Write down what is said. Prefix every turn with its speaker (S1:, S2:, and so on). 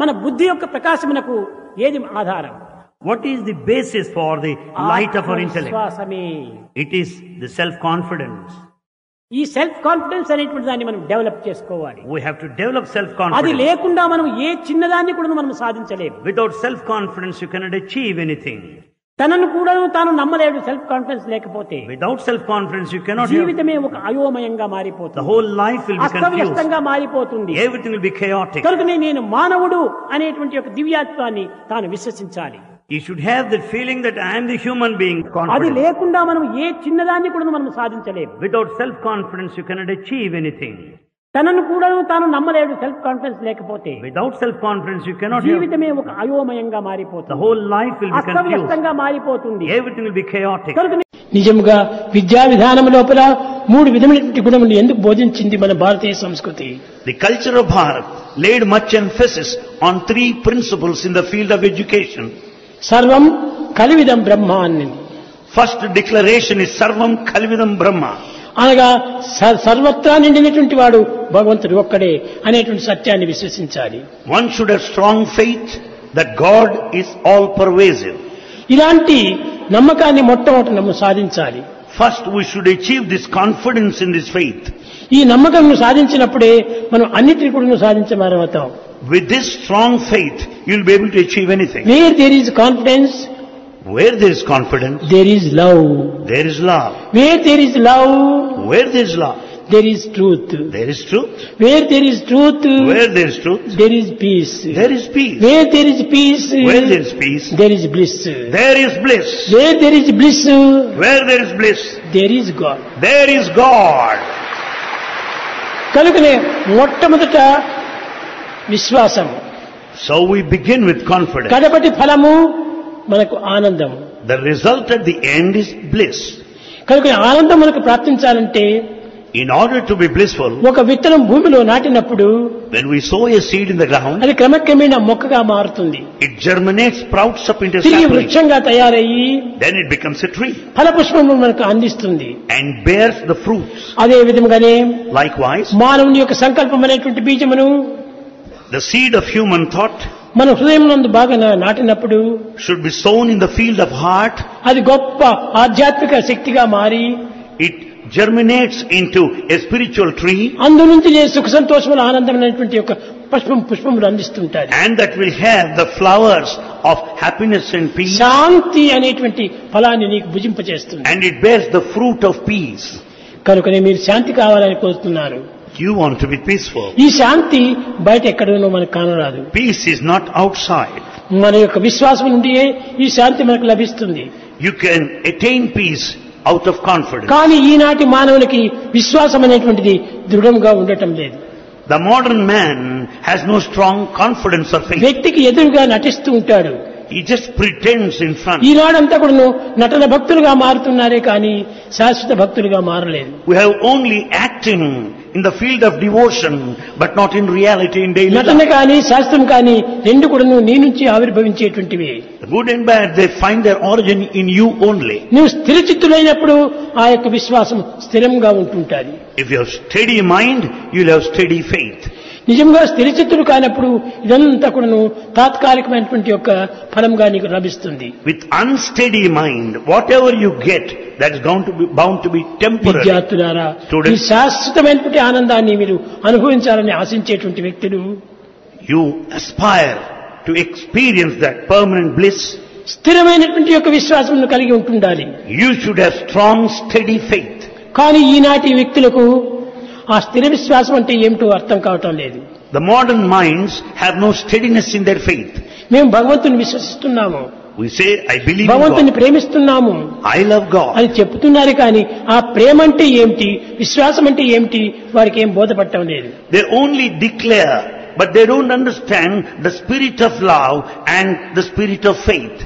S1: మన బుద్ధి యొక్క ప్రకాశమునకు ఏది ఆధారం
S2: What is the basis for the light of our intellect?
S1: ఆత్మవిశ్వాసమే
S2: It is the self confidence.
S1: ఈ సెల్ఫ్ కాన్ఫిడెన్స్ అనేటువంటి దాన్ని మనం డెవలప్ చేసుకోవాలి
S2: We have to develop self
S1: అది
S2: confidence.
S1: లేకుండా మనం ఏ చిన్నదాన్ని కూడా మనం సాధించలేము
S2: Without self confidence, you cannot achieve anything.
S1: తనను కూడా తాను నమ్మలేడు సెల్ఫ్ కాన్ఫిడెన్స్ లేకపోతే
S2: Without self confidence, you cannot. Have,
S1: జీవితమే ఒక అయోమయంగా
S2: the
S1: మారిపోతుంది
S2: whole life will be confused.
S1: అస్తవ్యస్తంగా మారిపోతుంది
S2: Everything will be chaotic.
S1: కనుకనే నేను మానవుడు అనేటువంటి యొక్క దివ్యాత్వాన్ని తాను విశ్వసించాలి
S2: You should have the feeling that I am the human being.
S1: అది
S2: Confidence.
S1: లేకుండా మనం ఏ చిన్నదాన్ని కూడా మనం సాధించలేము
S2: Without self confidence, you cannot achieve anything.
S1: తనను కూడా తాను నమ్మలేడు సెల్ఫ్ కాన్ఫిడెన్స్ లేకపోతే
S2: Without self confidence, you cannot. Have,
S1: జీవితమే ఒక అయోమయంగా
S2: the
S1: మారిపోతుంది
S2: whole life will be confused.
S1: అస్తవ్యస్తంగా మారిపోతుంది
S2: Everything will be chaotic.
S1: కనుక
S3: నిజముగా విద్యా విధానం లోపల మూడు విధమైనటువంటి గుణములు ఎందుకు బోధించింది మన భారతీయ సంస్కృతి
S4: The culture of Bharat laid much emphasis on three principles in the field of education.
S3: సర్వం కలివిదం బ్రహ్మ అని
S4: First declaration is Sarvam Kalvidam Brahma.
S3: అనగా స- సర్వత్రా నిండినటువంటి వాడు భగవంతుడు ఒక్కడే అనేటువంటి సత్యాన్ని విశ్వసించాలి
S4: One should have strong faith that God is all pervasive.
S3: ఇలాంటి నమ్మకాన్ని మొట్టమొదటి నమ్ము సాధించాలి
S4: First, we should achieve this confidence in this faith.
S3: ఈ నమ్మకంను సాధించినప్పుడే మనం అన్నిటిని కూడా సాధించమరవుతాం
S4: With this strong faith, you'll be able to achieve anything.
S3: Where there is confidence
S4: Where there is confidence,
S3: there is love
S4: there is love.
S3: Where there is love
S4: Where there is love,
S3: there is truth
S4: there is truth.
S3: Where there is truth
S4: Where there is truth,
S3: there is peace
S4: there is peace.
S3: Where there is peace
S4: Where there is peace,
S3: there is bliss
S4: there is bliss.
S3: Where there is bliss
S4: Where there is bliss,
S3: there is God
S4: there is God.
S3: కనుకనే మొట్టమొదట విశ్వాసం
S4: So we begin with confidence.
S3: కడపటి ఫలము మనకు ఆనందం
S4: The result at the end is bliss.
S3: కనుక ఆనందం మనకు ప్రాప్తించాలంటే
S4: In order to be blissful,
S3: ఒక విత్తనం భూమిలో నాటినప్పుడు
S4: when we sow a seed in the ground,
S3: అది క్రమక్రమేణా మొక్కగా మారుతుంది
S4: it germinates, sprouts up into a
S3: తిరిగి
S4: sapling.
S3: వృక్షంగా తయారయ్యి
S4: Then it becomes a tree
S3: ఫలపుష్పము మనకు అందిస్తుంది
S4: and bears the fruits.
S3: అదే విధముగానే
S4: Likewise,
S3: మానవుని యొక్క సంకల్పం అనేటువంటి బీజమును
S4: the seed of human thought
S3: మన హృదయం నందు బాగా నా- నాటినప్పుడు
S4: should be sown in the field of heart.
S3: అది గొప్ప ఆధ్యాత్మిక శక్తిగా మారి
S4: It germinates into a spiritual tree
S3: అందు నుంచి నేను సుఖ సంతోషముల ఆనందమైనటువంటి యొక్క పుష్పం పుష్పములు అందిస్తుంటాయి
S4: and that will have the flowers of happiness and peace
S3: శాంతి అనేటువంటి ఫలాన్ని నీకు భుజింపచేస్తుంది
S4: and it bears the fruit of peace.
S3: కనుకనే మీరు శాంతి కావాలని కోరుతున్నారు
S4: You want to be peaceful.
S3: ఈ శాంతి బయట ఎక్కడనో మనకు కానరాదు
S4: Peace is not outside.
S3: మన యొక్క విశ్వాసం నుండియే ఈ శాంతి మనకు లభిస్తుంది
S4: You can attain peace out of confidence.
S3: కానీ ఈనాటి మానవునికి విశ్వాసం అనేటువంటిది దృఢంగా ఉండటం లేదు
S4: The modern man has no strong confidence or faith.
S3: వ్యక్తికి ఎదురుగా నటిస్తూ ఉంటాడు
S4: He just pretends in front.
S3: ఈనాడంతా కూడా నటన భక్తులుగా మారుతున్నారే కానీ శాశ్వత భక్తులుగా మారలేదు
S4: We have only acting in the field of devotion, but not in reality in daily
S3: నటన
S4: life.
S3: కానీ శాస్త్రం కానీ రెండు కూడాను నీ నుంచి ఆవిర్భవించేటువంటివి
S4: Good and bad, they find their origin in you only.
S3: నువ్వు స్థిరచిత్తులైనప్పుడు ఆ యొక్క విశ్వాసం స్థిరంగా ఉంటుంటాది
S4: If you have steady mind, you'll have steady faith.
S3: నిజంగా స్థిరచిత్తులు కానప్పుడు ఇదంతా కూడాను తాత్కాలికమైనటువంటి యొక్క ఫలంగా నీకు లభిస్తుంది
S4: With unsteady mind, whatever you get, that is bound to be, bound to be temporary.
S3: విద్యార్థులారా
S4: Students.
S3: ఈ శాశ్వతమైనటువంటి ఆనందాన్ని మీరు అనుభవించాలని ఆశించేటువంటి వ్యక్తులు
S4: You aspire to experience that permanent bliss.
S3: స్థిరమైనటువంటి యొక్క విశ్వాసం కలిగి ఉంటుండాలి
S4: You should have strong, steady faith.
S3: కానీ ఈనాటి వ్యక్తులకు ఆ స్థిర విశ్వాసం అంటే ఏమిటో అర్థం కావటం లేదు
S4: The modern minds have no steadiness in their faith.
S3: మేము భగవంతుని విశ్వసిస్తున్నాము
S4: We say, I believe in
S3: భగవంతుని
S4: God.
S3: ప్రేమిస్తున్నాము
S4: I love God.
S3: అని చెప్తున్నారు కానీ ఆ ప్రేమ అంటే ఏమిటి విశ్వాసం అంటే ఏమిటి వారికి ఏం బోధపడటం లేదు
S4: They only declare, but they don't understand the spirit of love and the spirit of faith.